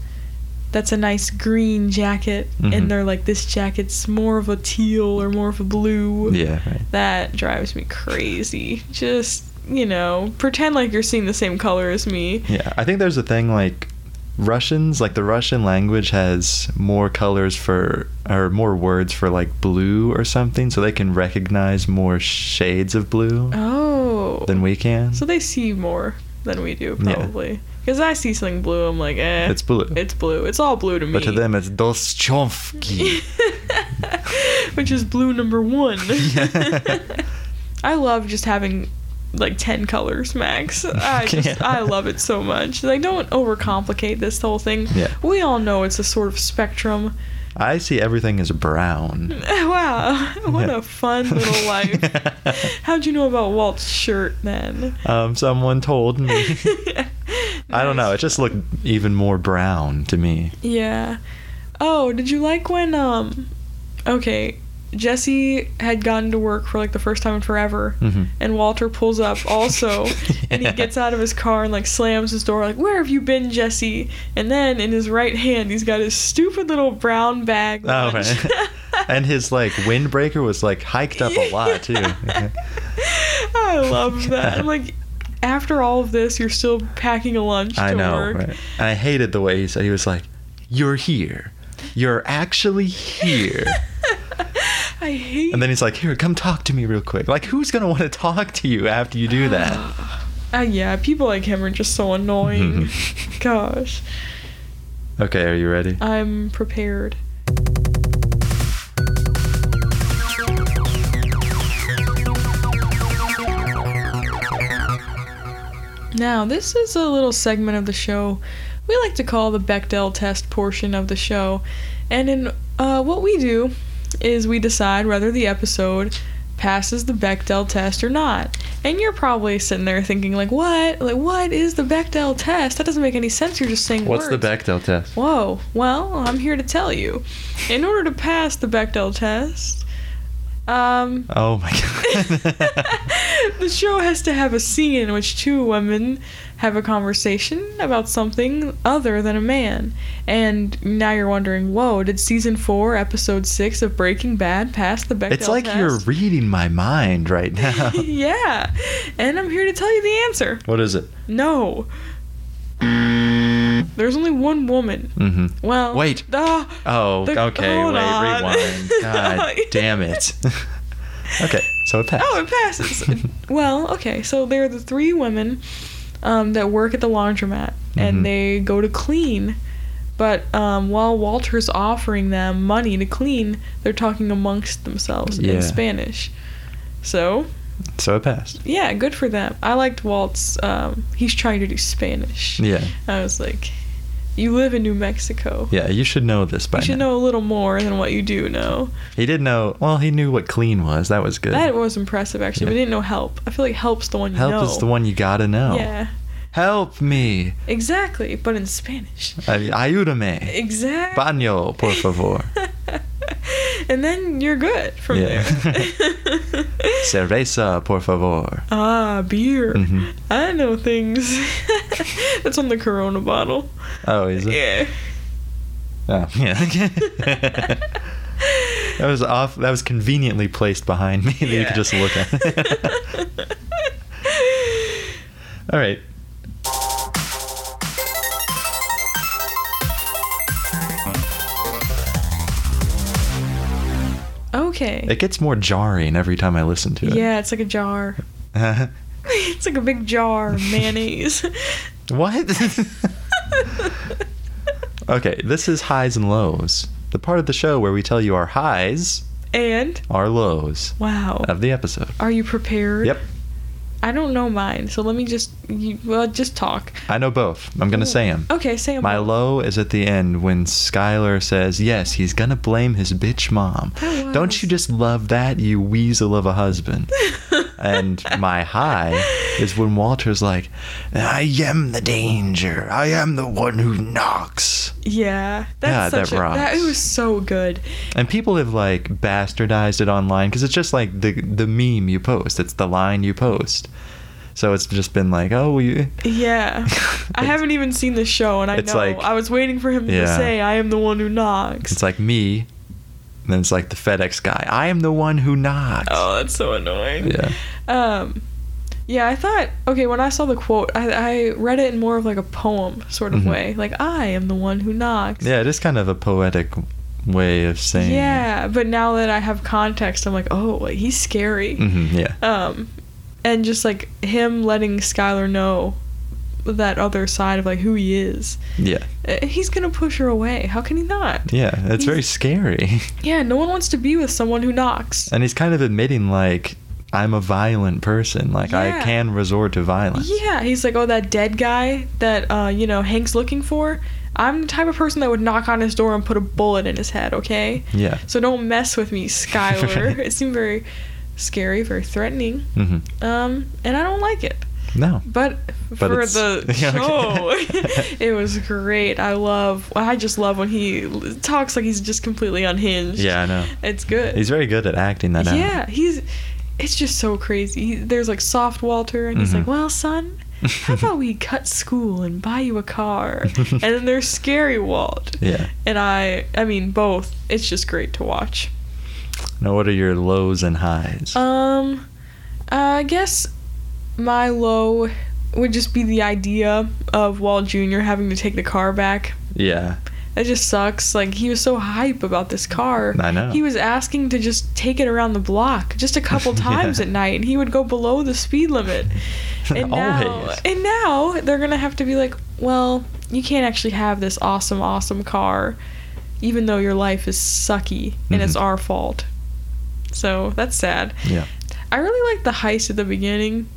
Speaker 2: that's a nice green jacket.
Speaker 1: Mhm.
Speaker 2: And they're like, this jacket's more of a teal or more of a blue.
Speaker 1: Yeah, right.
Speaker 2: That drives me crazy. Just, you know, pretend like you're seeing the same color as me.
Speaker 1: Yeah, I think there's a thing like Russians, like the Russian language has more colors for or more words for like blue or something, so they can recognize more shades of blue
Speaker 2: Oh.
Speaker 1: than we can.
Speaker 2: So they see more than we do,
Speaker 1: Yeah.
Speaker 2: probably. Because I see something blue, I'm like, eh.
Speaker 1: It's blue.
Speaker 2: It's blue. It's all blue to me.
Speaker 1: but
Speaker 2: *laughs*
Speaker 1: to them, it's Doschovsky.
Speaker 2: Which is blue number one.
Speaker 1: *laughs* Yeah.
Speaker 2: *laughs* I love just having like 10
Speaker 1: *laughs*
Speaker 2: colors max. I just,
Speaker 1: Yeah.
Speaker 2: I love it so much. Like, don't overcomplicate this whole thing.
Speaker 1: Yeah.
Speaker 2: We all know it's a sort of spectrum. *laughs*
Speaker 1: I see everything as brown.
Speaker 2: Wow. What
Speaker 1: Yeah.
Speaker 2: a fun little life.
Speaker 1: *laughs*
Speaker 2: How'd you know about Walt's shirt then?
Speaker 1: Um, someone told
Speaker 2: *laughs*
Speaker 1: me. I don't know. It just looked even more brown to me.
Speaker 2: Yeah. Oh, did you like when um okay, Jesse had gotten to work for like the first time in forever
Speaker 1: Mhm.
Speaker 2: and Walter pulls up
Speaker 1: *laughs*
Speaker 2: also and he
Speaker 1: Yeah.
Speaker 2: gets out of his car and like slams his door like where have you been, Jesse? And then in his right hand he's got his stupid little brown bag.
Speaker 1: Oh,
Speaker 2: *laughs* lunch.
Speaker 1: right. *laughs* and his like windbreaker was like hiked
Speaker 2: *laughs*
Speaker 1: up a lot too.
Speaker 2: I
Speaker 1: *laughs*
Speaker 2: love that. I'm like after all of this, you're still packing a lunch
Speaker 1: I
Speaker 2: to
Speaker 1: know.
Speaker 2: work.
Speaker 1: Right? And I hated the way he said he was like, "You're here. You're actually
Speaker 2: *laughs*
Speaker 1: here."
Speaker 2: I hate
Speaker 1: and then he's like, "Here, come talk to me real quick." Like, who's gonna want to talk to you after you do
Speaker 2: *gasps*
Speaker 1: that?
Speaker 2: Uh, yeah, people like him are just so annoying. Gosh,
Speaker 1: Mm-hmm. Okay, are you ready?
Speaker 2: I'm prepared. Now, this is a little segment of the show we like to call the Bechdel test portion of the show. And in uh, what we do is we decide whether the episode passes the Bechdel test or not. And you're probably sitting there thinking, like, what? Like, what is the Bechdel test? That doesn't make any sense. You're just saying
Speaker 1: What's the
Speaker 2: words.
Speaker 1: Bechdel test?
Speaker 2: Whoa, well, I'm here to tell you. In order to pass the Bechdel test,
Speaker 1: *laughs*
Speaker 2: um, *laughs*
Speaker 1: Oh my god.
Speaker 2: the show has to have a scene in which two women have a conversation about something other than a man. And now you're wondering, whoa, did season four, episode six of Breaking Bad pass the Bechdel
Speaker 1: it's like
Speaker 2: test? *laughs*
Speaker 1: you're reading my mind right now.
Speaker 2: yeah, and I'm here to tell you the answer.
Speaker 1: what is it?
Speaker 2: No. There's only one woman.
Speaker 1: Mm-hmm.
Speaker 2: Well,
Speaker 1: Mm. Wait.
Speaker 2: ah,
Speaker 1: Oh,
Speaker 2: The-
Speaker 1: okay.
Speaker 2: hold
Speaker 1: Wait,
Speaker 2: on.
Speaker 1: rewind. *laughs* God damn it. okay, so it passed.
Speaker 2: Oh, it passes. *laughs* well, okay. So there are the three women um, that work at the laundromat,
Speaker 1: Mhm.
Speaker 2: and they go to clean. But um, while Walter's offering them money to clean, they're talking amongst themselves
Speaker 1: Yeah.
Speaker 2: in Spanish. So
Speaker 1: So it passed.
Speaker 2: yeah, good for them. I liked Walt's. Um, he's trying to do Spanish.
Speaker 1: Yeah,
Speaker 2: I was like, you live in New Mexico.
Speaker 1: yeah. You should know this by
Speaker 2: You should
Speaker 1: now.
Speaker 2: know a little more than what you do know.
Speaker 1: He did know. Well, he knew what clean was. That was good.
Speaker 2: That was impressive, actually. We
Speaker 1: Yeah.
Speaker 2: didn't know help. I feel like help's the one you
Speaker 1: Help
Speaker 2: know.
Speaker 1: is the one you gotta know.
Speaker 2: Yeah.
Speaker 1: Help me.
Speaker 2: Exactly, but in Spanish.
Speaker 1: Ay- Ayúdame.
Speaker 2: Exactly.
Speaker 1: Baño, por favor.
Speaker 2: *laughs* and then you're good from
Speaker 1: Yeah.
Speaker 2: there.
Speaker 1: *laughs* Cerveza, por favor.
Speaker 2: ah, beer.
Speaker 1: Mhm.
Speaker 2: I know things. *laughs* That's on the Corona bottle.
Speaker 1: Oh, is it? *laughs*
Speaker 2: Yeah.
Speaker 1: Oh, yeah. that was off. *laughs* That was conveniently placed behind me that you could just look at. *laughs* All right.
Speaker 2: *laughs* okay.
Speaker 1: It gets more jarring every time I listen to it.
Speaker 2: yeah, it's like a jar. *laughs* it's like a big jar of mayonnaise.
Speaker 1: *laughs*
Speaker 2: *laughs*
Speaker 1: what? *laughs* okay, this is highs and lows. The part of the show where we tell you our highs,
Speaker 2: and
Speaker 1: our lows
Speaker 2: wow,
Speaker 1: of the episode.
Speaker 2: are you prepared?
Speaker 1: Uh, Yep,
Speaker 2: I don't know mine, so let me just you, well just talk.
Speaker 1: I know both. I'm going to say them.
Speaker 2: Okay, say 'em
Speaker 1: My
Speaker 2: all.
Speaker 1: low is at the end when Skylar says, Yes, he's gonna blame his bitch mom.
Speaker 2: That
Speaker 1: Don't
Speaker 2: was-
Speaker 1: you
Speaker 2: *laughs*
Speaker 1: just love that, you weasel of a husband? and my high is when Walter's like, I am the danger. I am the one who knocks.
Speaker 2: Yeah, that's
Speaker 1: Yeah,
Speaker 2: such
Speaker 1: that
Speaker 2: a, That
Speaker 1: rocks.
Speaker 2: was so good.
Speaker 1: And people have like bastardized it online because it's just like the the meme you post. It's the line you post. So it's just been like, oh, you. *laughs*
Speaker 2: Yeah, I
Speaker 1: It's-
Speaker 2: haven't even seen the show, and I
Speaker 1: It's
Speaker 2: know
Speaker 1: like-
Speaker 2: I was waiting for him to
Speaker 1: Yeah.
Speaker 2: say, "I am the one who knocks."
Speaker 1: It's like me. And then it's like the FedEx guy. I am the one who knocks.
Speaker 2: oh, that's so annoying.
Speaker 1: Yeah.
Speaker 2: Um, yeah, I thought okay when I saw the quote, I, I read it in more of like a poem sort of
Speaker 1: Mhm.
Speaker 2: way, like I am the one who knocks.
Speaker 1: Yeah, it is kind of a poetic way of saying.
Speaker 2: Yeah, but now that I have context, I'm like, oh, like, he's scary.
Speaker 1: hmm yeah.
Speaker 2: Um, and just like him letting Skylar know that other side of like who he is.
Speaker 1: Yeah.
Speaker 2: Uh, He's gonna push her away. How can he not?
Speaker 1: Yeah. It's very
Speaker 2: He's-
Speaker 1: scary.
Speaker 2: Yeah, no one wants to be with someone who knocks.
Speaker 1: And he's kind of admitting, like, I'm a violent person. Like, I
Speaker 2: Yeah.
Speaker 1: can resort to violence.
Speaker 2: Yeah, he's like, oh, that dead guy that uh, you know Hank's looking for. I'm the type of person that would knock on his door and put a bullet in his head. Okay,
Speaker 1: Yeah.
Speaker 2: so don't mess with me, Skylar.
Speaker 1: *laughs* Right.
Speaker 2: It seemed very scary, very threatening.
Speaker 1: hmm
Speaker 2: Um, and I don't like it.
Speaker 1: No.
Speaker 2: But, for
Speaker 1: it's-
Speaker 2: the
Speaker 1: *laughs* Yeah,
Speaker 2: show,
Speaker 1: okay. *laughs*
Speaker 2: it was great. I love. I just love when he l- talks like he's just completely unhinged.
Speaker 1: Yeah, I know.
Speaker 2: it's good.
Speaker 1: He's very good at acting that out.
Speaker 2: yeah, he's. It's just so crazy. He, there's like soft Walter, and he's
Speaker 1: Mhm.
Speaker 2: like, "Well, son,
Speaker 1: *laughs*
Speaker 2: how about we cut school and buy you a car?" and then there's scary Walt.
Speaker 1: Yeah.
Speaker 2: And I, I mean, both. It's just great to watch.
Speaker 1: Now, what are your lows and highs?
Speaker 2: Um, I guess my low would just be the idea of Walt Jr. having to take the car back.
Speaker 1: yeah.
Speaker 2: That just sucks. Like he was so hype about this car.
Speaker 1: I know.
Speaker 2: He was asking to just take it around the block just a couple
Speaker 1: *laughs* Yeah.
Speaker 2: times at night, and he would go below the
Speaker 1: *laughs*
Speaker 2: speed limit. And now,
Speaker 1: Always.
Speaker 2: and now they're gonna have to be like, well, you can't actually have this awesome, awesome car, even though your life is sucky and it's
Speaker 1: Mhm.
Speaker 2: our fault. So that's sad.
Speaker 1: Yeah.
Speaker 2: I really liked the heist at the beginning.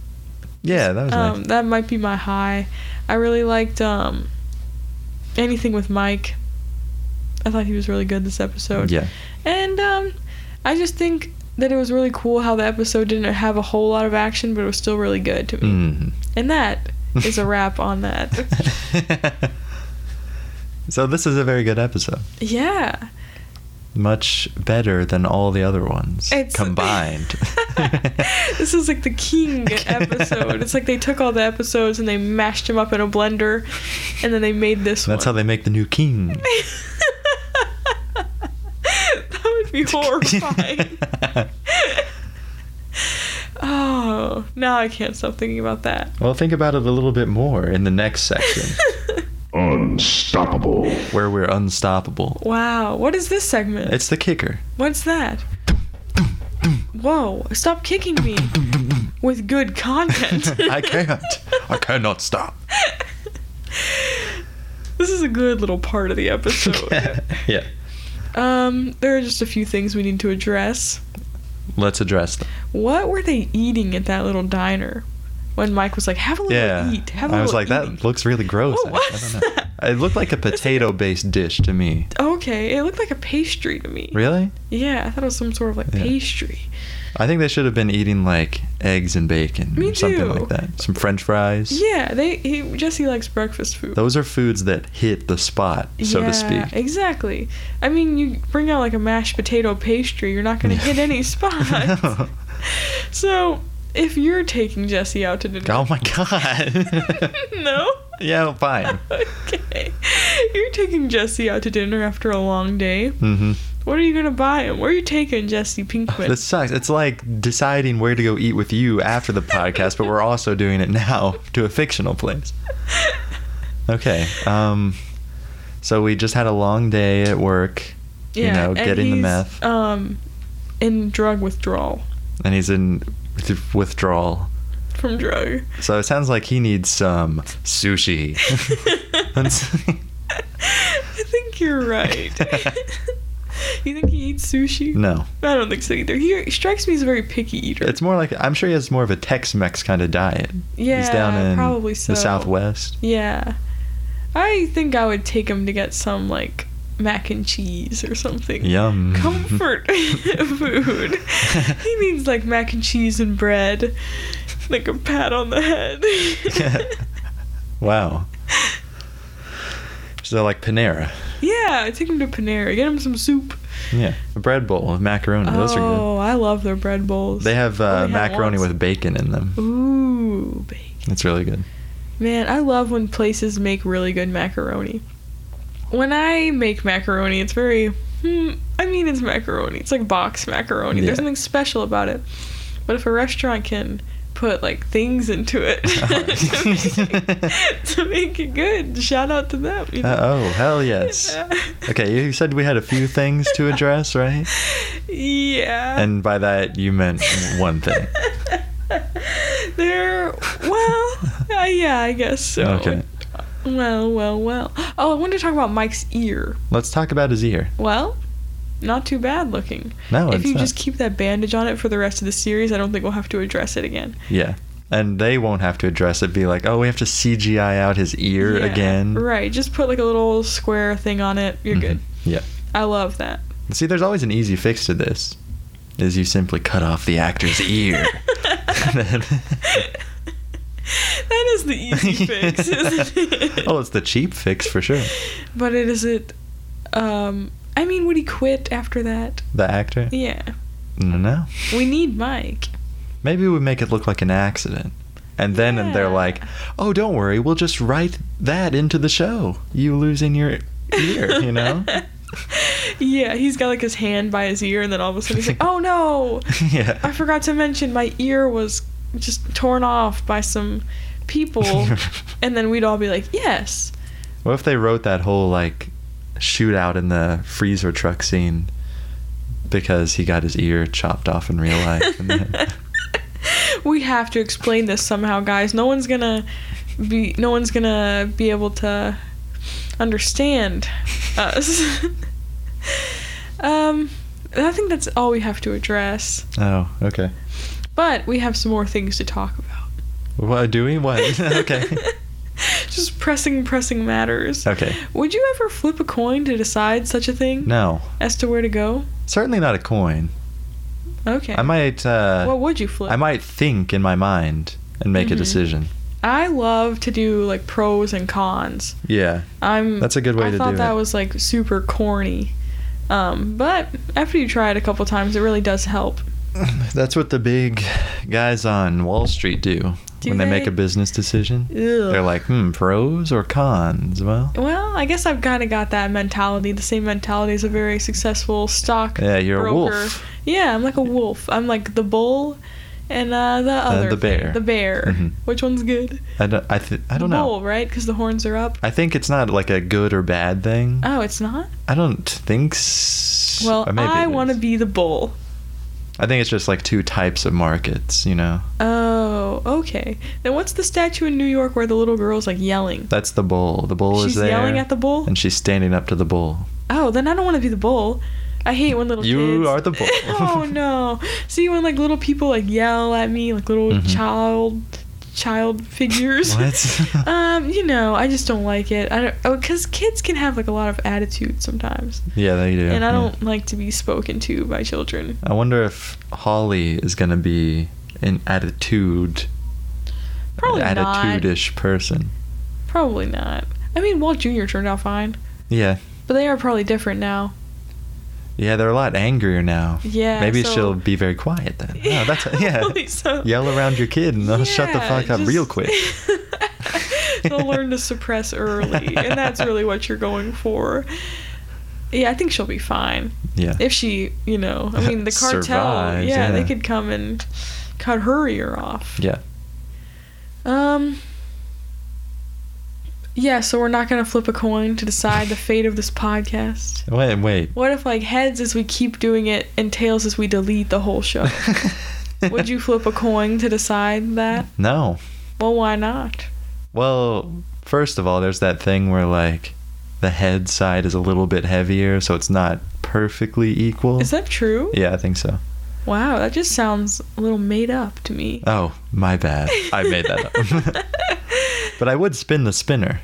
Speaker 1: Yeah, that was
Speaker 2: um,
Speaker 1: nice.
Speaker 2: That might be my high. I really liked um, anything with Mike. I thought he was really good this episode. *laughs*
Speaker 1: Yeah.
Speaker 2: And um, I just think that it was really cool how the episode didn't have a whole lot of action, but it was still really good to me.
Speaker 1: Mhm.
Speaker 2: And that is a wrap on that.
Speaker 1: *laughs* so, this is a very good episode.
Speaker 2: Yeah.
Speaker 1: Much better than all the other ones combined.
Speaker 2: *laughs* this is like the king episode. It's like they took all the episodes and they mashed them up in a blender, *laughs* and then they made this
Speaker 1: That's how
Speaker 2: one.
Speaker 1: they make the new
Speaker 2: *laughs*
Speaker 1: king.
Speaker 2: that would be
Speaker 1: *laughs*
Speaker 2: horrifying. oh, now I can't stop thinking about that. *laughs*
Speaker 1: well, think about it a little bit more in the next section
Speaker 3: Unstoppable.
Speaker 1: where we're unstoppable.
Speaker 2: wow, what is this segment?
Speaker 1: It's the kicker.
Speaker 2: What's that? Whoa, stop kicking me
Speaker 1: *laughs*
Speaker 2: with good content.
Speaker 1: I can't. I cannot
Speaker 2: *laughs*
Speaker 1: stop.
Speaker 2: This is a good little part of the episode.
Speaker 1: *laughs* yeah.
Speaker 2: um, there are just a few things we need to address.
Speaker 1: Let's address them.
Speaker 2: What were they eating at that little diner? When Mike was like, "Have a little
Speaker 1: Yeah.
Speaker 2: eat," have a
Speaker 1: I was
Speaker 2: little
Speaker 1: like,
Speaker 2: eat."
Speaker 1: that looks really gross.
Speaker 2: What
Speaker 1: I- I don't
Speaker 2: was
Speaker 1: know.
Speaker 2: that?
Speaker 1: It looked
Speaker 2: *laughs*
Speaker 1: like a potato based dish to me.
Speaker 2: Okay, it looked like a pastry to me.
Speaker 1: Really?
Speaker 2: Yeah, I thought it was some sort of like
Speaker 1: Yeah.
Speaker 2: pastry.
Speaker 1: I think they should have been eating like eggs and bacon
Speaker 2: Me
Speaker 1: or something
Speaker 2: too.
Speaker 1: like that. Some french fries.
Speaker 2: Yeah, they he, Jesse likes breakfast food.
Speaker 1: Those are foods that hit the spot, so
Speaker 2: yeah,
Speaker 1: to speak.
Speaker 2: Exactly. I mean, you bring out like a mashed potato pastry, you're not going to
Speaker 1: *laughs*
Speaker 2: hit any spots.
Speaker 1: No.
Speaker 2: so, if you're taking Jesse out to dinner,
Speaker 1: Oh my god.
Speaker 2: *laughs* no.
Speaker 1: yeah, fine.
Speaker 2: *laughs* okay. You're taking Jesse out to dinner after a long day.
Speaker 1: hmm
Speaker 2: What are you gonna buy him? Where are you taking Jesse Pinkman?
Speaker 1: This sucks. It's like deciding where to go eat with you after the podcast, but we're also doing it now *laughs* to a fictional place. Okay. Um so we just had a long day at work, you know,
Speaker 2: and
Speaker 1: getting the
Speaker 2: he's,
Speaker 1: meth.
Speaker 2: Um, in drug withdrawal
Speaker 1: and he's in with- withdrawal. *laughs*
Speaker 2: from drug.
Speaker 1: So it sounds like he needs some
Speaker 2: *laughs*
Speaker 1: sushi. *laughs*
Speaker 2: I think you're right.
Speaker 1: *laughs*
Speaker 2: you think he eats sushi?
Speaker 1: no,
Speaker 2: I don't think so either. He, he strikes me as a very picky eater.
Speaker 1: it's more like I'm sure he has more of a Tex-Mex kind of diet.
Speaker 2: yeah,
Speaker 1: he's down in
Speaker 2: probably so.
Speaker 1: the
Speaker 2: *laughs*
Speaker 1: Southwest. *laughs*
Speaker 2: Yeah. I think I would take him to get some like mac and cheese or something.
Speaker 1: Yum. *laughs*
Speaker 2: Comfort *laughs* food. he needs like mac and cheese and bread. Like a pat on the
Speaker 1: *laughs*
Speaker 2: head.
Speaker 1: Wow. So like Panera,
Speaker 2: *laughs* yeah, take him to Panera. Get him some soup.
Speaker 1: yeah, a bread bowl of macaroni. Those are
Speaker 2: oh, I love their bread bowls.
Speaker 1: good. They have uh,
Speaker 2: Only had
Speaker 1: macaroni
Speaker 2: once.
Speaker 1: with bacon in them.
Speaker 2: Ooh, bacon.
Speaker 1: It's really good.
Speaker 2: Man, I love when places make really good macaroni. When I make macaroni, it's very, hmm, I mean, it's macaroni. It's like box macaroni.
Speaker 1: Yeah.
Speaker 2: There's something special about it. But if a restaurant can put like things into it
Speaker 1: *laughs*
Speaker 2: *laughs* to, make, to make it good, shout out to them. you know?
Speaker 1: Uh, oh, hell yes.
Speaker 2: *laughs* Yeah.
Speaker 1: Okay, you said we had a few things to address, right?
Speaker 2: *laughs* Yeah.
Speaker 1: And by that you meant
Speaker 2: *laughs*
Speaker 1: one thing.
Speaker 2: There, well, uh, yeah, I guess so.
Speaker 1: Okay,
Speaker 2: Well, well, well. Oh, I wanted to talk about Mike's ear.
Speaker 1: let's talk about his ear.
Speaker 2: Well, not too bad looking.
Speaker 1: No,
Speaker 2: if
Speaker 1: it's
Speaker 2: you
Speaker 1: not.
Speaker 2: just keep that bandage on it for the rest of the series, I don't think we'll have to address it again.
Speaker 1: Yeah. And they won't have to address it, be like, oh, we have to CGI out his ear
Speaker 2: Yeah,
Speaker 1: again.
Speaker 2: Right. Just put like a little square thing on it. You're good.
Speaker 1: Mhm, Yeah.
Speaker 2: I love that.
Speaker 1: See, there's always an easy fix to this. Is you simply cut off the actor's ear. *laughs*
Speaker 2: that is the *laughs* easy fix, isn't it?
Speaker 1: *laughs* oh, it's the cheap fix *laughs* for sure.
Speaker 2: But it is it. Um, I mean, would he quit after that?
Speaker 1: The actor?
Speaker 2: Yeah.
Speaker 1: No, no.
Speaker 2: We need Mike.
Speaker 1: Maybe we make it look like an accident. And then and they're
Speaker 2: Yeah.
Speaker 1: like, oh, don't worry, we'll just write that into the show. You losing your ear, you
Speaker 2: *laughs*
Speaker 1: know? *laughs*
Speaker 2: Yeah, he's got like his hand by his ear, and then all of a sudden he's
Speaker 1: *laughs*
Speaker 2: like, "Oh no,
Speaker 1: yeah.
Speaker 2: I forgot to mention my ear was just torn off by some
Speaker 1: *laughs*
Speaker 2: people." and then we'd all be like, "Yes,
Speaker 1: What if they wrote that whole like shootout in the freezer truck scene because he got his ear chopped off in real life? And
Speaker 2: *laughs*
Speaker 1: then,
Speaker 2: we have to explain this somehow, guys. No one's gonna be, no one's gonna be able to understand us." *laughs* um, I think that's all we have to address,
Speaker 1: oh, okay.
Speaker 2: but we have some more things to talk about.
Speaker 1: What do we?
Speaker 2: *laughs*
Speaker 1: What? *laughs* okay.
Speaker 2: Just pressing, pressing matters.
Speaker 1: Okay.
Speaker 2: Would you ever flip a coin to decide such a thing
Speaker 1: No,
Speaker 2: as to where to go?
Speaker 1: certainly not a coin.
Speaker 2: Okay.
Speaker 1: I might. Uh,
Speaker 2: what would you flip?
Speaker 1: I might think in my mind and make a
Speaker 2: Mhm.
Speaker 1: decision.
Speaker 2: I love to do like pros and cons.
Speaker 1: Yeah,
Speaker 2: I'm.
Speaker 1: that's a good way
Speaker 2: I
Speaker 1: to
Speaker 2: thought
Speaker 1: do
Speaker 2: that
Speaker 1: it.
Speaker 2: was like super corny, um, but after you try it a couple times, it really does help.
Speaker 1: *clears throat* that's what the big guys on Wall Street do,
Speaker 2: Do
Speaker 1: when they, make
Speaker 2: they?
Speaker 1: a business decision.
Speaker 2: Ugh.
Speaker 1: They're like, hmm, pros or cons? Well,
Speaker 2: Well, I guess I've kind of got that mentality. The same mentality as a very successful stock.
Speaker 1: yeah, you're
Speaker 2: broker.
Speaker 1: a wolf.
Speaker 2: Yeah, I'm like a wolf. I'm like the bull, and uh, the other
Speaker 1: the
Speaker 2: thing,
Speaker 1: bear.
Speaker 2: The bear.
Speaker 1: Mhm.
Speaker 2: Which one's good?
Speaker 1: I don't, I th- I don't
Speaker 2: the
Speaker 1: know.
Speaker 2: bull, right? Because the horns are up.
Speaker 1: I think it's not like a good or bad thing.
Speaker 2: Oh, it's not.
Speaker 1: I don't think. S-
Speaker 2: Well,
Speaker 1: or maybe
Speaker 2: I
Speaker 1: it
Speaker 2: want to
Speaker 1: is.
Speaker 2: be the bull.
Speaker 1: I think it's just like two types of markets. You know,
Speaker 2: Oh, okay. Then what's the statue in New York where the little girl's like yelling?
Speaker 1: that's the bull. The bull
Speaker 2: She's
Speaker 1: is there,
Speaker 2: yelling at the bull.
Speaker 1: and she's standing up to the bull.
Speaker 2: Oh, then I don't want to be the bull. I hate when little
Speaker 1: You
Speaker 2: kids-
Speaker 1: are the bull.
Speaker 2: *laughs* oh no! See when like little people like yell at me, like little
Speaker 1: Mhm.
Speaker 2: child, child figures.
Speaker 1: What?
Speaker 2: *laughs* um, you know, I just don't like it. I don't oh, cause kids can have like a lot of attitude sometimes,
Speaker 1: Yeah, they do.
Speaker 2: and I
Speaker 1: yeah.
Speaker 2: don't like to be spoken to by children.
Speaker 1: I wonder if Holly is gonna be an attitude,
Speaker 2: Probably
Speaker 1: an
Speaker 2: not.
Speaker 1: attitude-ish person.
Speaker 2: Probably not. I mean, Walt Jr. turned out fine,
Speaker 1: Yeah,
Speaker 2: but they are probably different now.
Speaker 1: yeah, they're a lot angrier now.
Speaker 2: Yeah.
Speaker 1: Maybe
Speaker 2: so-
Speaker 1: she'll be very quiet then. Oh,
Speaker 2: *laughs*
Speaker 1: that's yeah.
Speaker 2: Probably so.
Speaker 1: Yell around your kid and they'll shut the
Speaker 2: Yeah,
Speaker 1: fuck up real
Speaker 2: just-
Speaker 1: quick.
Speaker 2: *laughs* They'll learn to suppress
Speaker 1: *laughs*
Speaker 2: early, and that's really what you're going for. Yeah, I think she'll be fine
Speaker 1: Yeah.
Speaker 2: if she, you know, I mean, the cartel.
Speaker 1: Survives,
Speaker 2: yeah, they
Speaker 1: yeah.
Speaker 2: could come and cut her ear off.
Speaker 1: yeah.
Speaker 2: Um, Yeah, so we're not gonna flip a coin to decide the fate of this podcast.
Speaker 1: Wait, wait.
Speaker 2: What if like heads is we keep doing it and tails is we delete the whole show? *laughs* Would you flip a coin to decide that?
Speaker 1: *laughs* No.
Speaker 2: Well, why not?
Speaker 1: Well, first of all, there's that thing where like the head side is a little bit heavier, so it's not perfectly equal.
Speaker 2: Is that true?
Speaker 1: yeah, I think so.
Speaker 2: Wow, that just sounds a little made up to me.
Speaker 1: Oh, my bad. I made that up.
Speaker 2: *laughs*
Speaker 1: *laughs* but I would spin the spinner.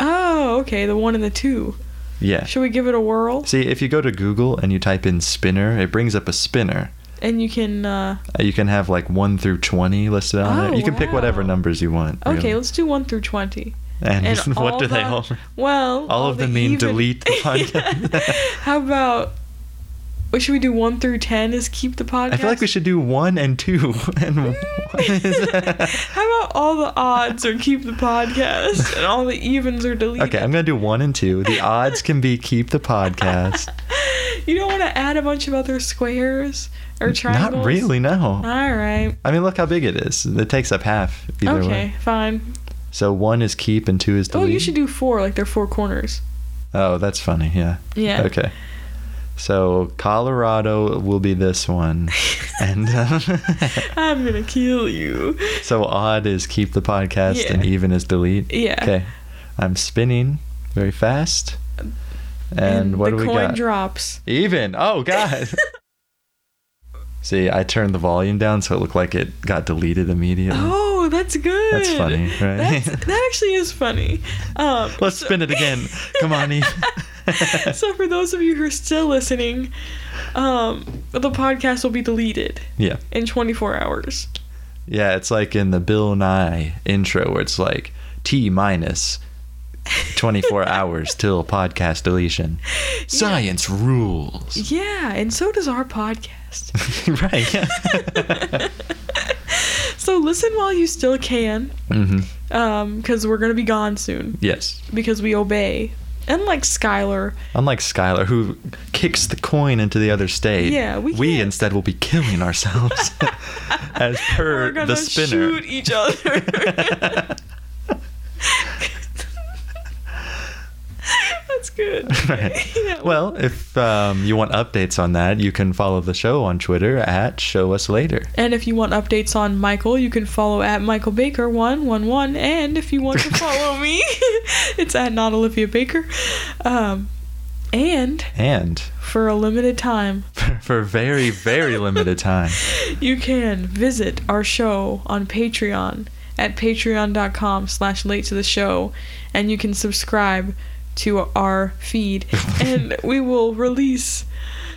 Speaker 2: Oh, okay, the one and the two.
Speaker 1: Yeah.
Speaker 2: Should we give it a whirl?
Speaker 1: See, if you go to Google and you type in spinner, it brings up a spinner.
Speaker 2: And you can. Uh,
Speaker 1: Uh, You can have like 1 through 20 listed on
Speaker 2: Oh,
Speaker 1: there. You can pick whatever
Speaker 2: wow.
Speaker 1: numbers you want.
Speaker 2: okay,
Speaker 1: really.
Speaker 2: let's do one through twenty.
Speaker 1: And,
Speaker 2: and
Speaker 1: *laughs* what
Speaker 2: all
Speaker 1: do they
Speaker 2: the- *laughs*
Speaker 1: all?
Speaker 2: Well,
Speaker 1: All of them mean
Speaker 2: *laughs*
Speaker 1: delete the podcast.
Speaker 2: How about? What should we do? One through ten is keep the podcast.
Speaker 1: I feel like we should do 1 and 2 *laughs* and one is-
Speaker 2: *laughs* How about all the odds are keep the podcast and all the evens are
Speaker 1: *laughs*
Speaker 2: deleted?
Speaker 1: Okay, I'm going to do 1 and 2.
Speaker 2: *laughs*
Speaker 1: The odds can be keep the podcast.
Speaker 2: You don't want to add a bunch of other squares *laughs* or triangles?
Speaker 1: Not really, no.
Speaker 2: All right.
Speaker 1: I mean, look how big it is. It takes up half either
Speaker 2: okay,
Speaker 1: way.
Speaker 2: fine.
Speaker 1: So one is keep and two is
Speaker 2: Oh,
Speaker 1: delete.
Speaker 2: you should do four, like they're four corners.
Speaker 1: Oh, that's funny. Yeah.
Speaker 2: Yeah.
Speaker 1: Okay. So Colorado will be this
Speaker 2: *laughs*
Speaker 1: one, and uh, *laughs*
Speaker 2: I'm gonna kill you.
Speaker 1: so odd is keep the podcast
Speaker 2: Yeah.
Speaker 1: and even is delete.
Speaker 2: Yeah.
Speaker 1: Okay. I'm spinning very fast. And, what
Speaker 2: the
Speaker 1: do we
Speaker 2: coin
Speaker 1: got?
Speaker 2: drops.
Speaker 1: even. Oh
Speaker 2: *laughs*
Speaker 1: God. See, I turned the volume down so it looked like it got deleted immediately.
Speaker 2: Oh, that's good.
Speaker 1: That's funny, right? *laughs*
Speaker 2: That's, that actually is funny. Um,
Speaker 1: Let's
Speaker 2: so-
Speaker 1: spin it
Speaker 2: *laughs*
Speaker 1: again. Come on, Eve.
Speaker 2: so for those of you who are still listening, um, the podcast will be deleted
Speaker 1: yeah.
Speaker 2: in 24 hours.
Speaker 1: Yeah, it's like in the Bill Nye intro where it's like T minus
Speaker 2: *laughs*
Speaker 1: 24 hours till podcast deletion. Science rules.
Speaker 2: Yeah, and so does our podcast.
Speaker 1: *laughs* right. *laughs* Yeah.
Speaker 2: *laughs* so listen while you still can,
Speaker 1: hmm
Speaker 2: because we're gonna be gone soon
Speaker 1: Yes.
Speaker 2: because we obey. Unlike Skylar, *laughs*
Speaker 1: Unlike Skylar, who kicks the coin into the other state,
Speaker 2: Yeah, we can't-
Speaker 1: instead will be killing
Speaker 2: *laughs*
Speaker 1: ourselves as
Speaker 2: we're
Speaker 1: per
Speaker 2: gonna
Speaker 1: the spinner.
Speaker 2: shoot each other.
Speaker 1: *laughs*
Speaker 2: *laughs* That's good.
Speaker 1: *laughs* Right.
Speaker 2: *laughs* Yeah,
Speaker 1: Well, if um, you want updates on that, you can follow the show on Twitter at Show Us Later.
Speaker 2: And if you want updates on Michael, you can follow at Michael Baker one one one. And if you
Speaker 1: *laughs*
Speaker 2: want to follow me, *laughs* it's at not Olivia Baker. Um, and
Speaker 1: And *laughs*
Speaker 2: for a limited time,
Speaker 1: for, for very, very limited time,
Speaker 2: you can visit our show on Patreon at patreon.com slash late to the show and you can subscribe to our
Speaker 1: *laughs*
Speaker 2: feed and we will release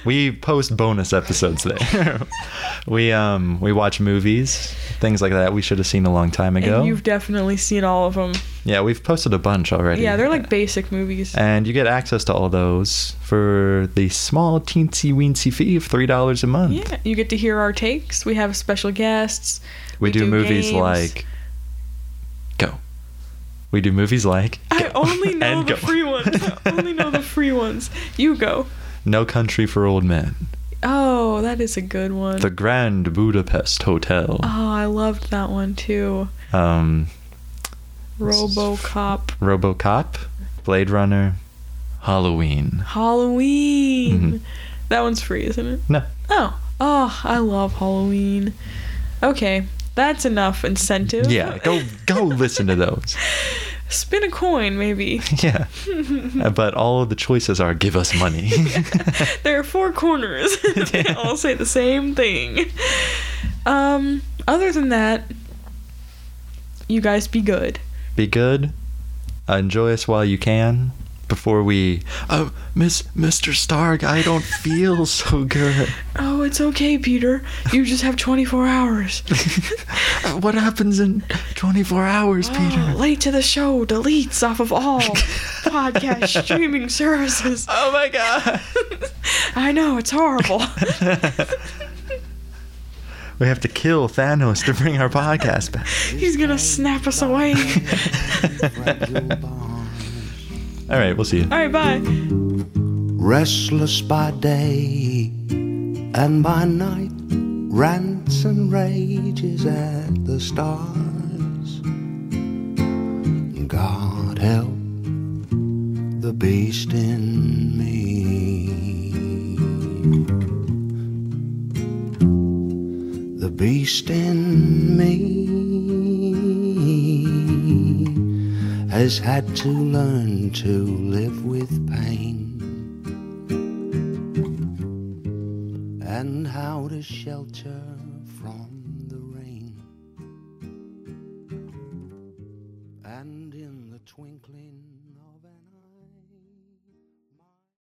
Speaker 1: we post bonus episodes there. *laughs* we um we watch movies, things like that we should have seen a long time
Speaker 2: and
Speaker 1: ago.
Speaker 2: you've definitely seen all of them
Speaker 1: Yeah, we've posted a bunch already.
Speaker 2: yeah they're like basic movies
Speaker 1: and you get access to all those for the small teensy weensy fee of three dollars a month.
Speaker 2: Yeah, you get to hear our takes. We have special guests.
Speaker 1: we,
Speaker 2: we
Speaker 1: do,
Speaker 2: do
Speaker 1: movies
Speaker 2: games.
Speaker 1: like Go. We do movies like
Speaker 2: I
Speaker 1: Go *laughs*
Speaker 2: only know
Speaker 1: and
Speaker 2: the
Speaker 1: Go.
Speaker 2: free ones.
Speaker 1: *laughs*
Speaker 2: I only know the free ones. You go.
Speaker 1: No Country for Old Men,
Speaker 2: Oh, that is a good one.
Speaker 1: The Grand Budapest Hotel,
Speaker 2: oh, I loved that one too.
Speaker 1: um,
Speaker 2: RoboCop,
Speaker 1: RoboCop, Blade Runner, Halloween.
Speaker 2: Halloween. That one's free, isn't it?
Speaker 1: Mm-hmm. No.
Speaker 2: Oh, oh, I love Halloween. Okay, that's enough incentive.
Speaker 1: Yeah, go
Speaker 2: *laughs*
Speaker 1: go listen to those. *laughs*
Speaker 2: Spin a coin, maybe. *laughs*
Speaker 1: Yeah. Uh, But all of the choices are give us money.
Speaker 2: there are four corners. *laughs* they
Speaker 1: Yeah.
Speaker 2: all say the same thing. Um, other than that, you guys be good.
Speaker 1: Be good. Enjoy us while you can. Before we Oh, Miss Mr. Stark, I don't feel so good.
Speaker 2: Oh, it's okay, Peter. You just have 24 hours. *laughs*
Speaker 1: Uh, *laughs* what happens in 24
Speaker 2: *gasps*
Speaker 1: hours,
Speaker 2: Oh,
Speaker 1: Peter?
Speaker 2: late to the show deletes off
Speaker 1: *laughs*
Speaker 2: of all podcast streaming services.
Speaker 1: Oh my god.
Speaker 2: *laughs* I know, it's
Speaker 1: *laughs*
Speaker 2: horrible.
Speaker 1: we have to kill Thanos to bring our podcast back.
Speaker 2: He's gonna snap us away.
Speaker 1: *laughs* All right, we'll see you.
Speaker 2: *laughs* All right, bye.
Speaker 3: Restless by day and by night, rants and rages at the stars. God help the beast in me. The beast in me has had to learn to live with pain and how to shelter from the rain. And in the twinkling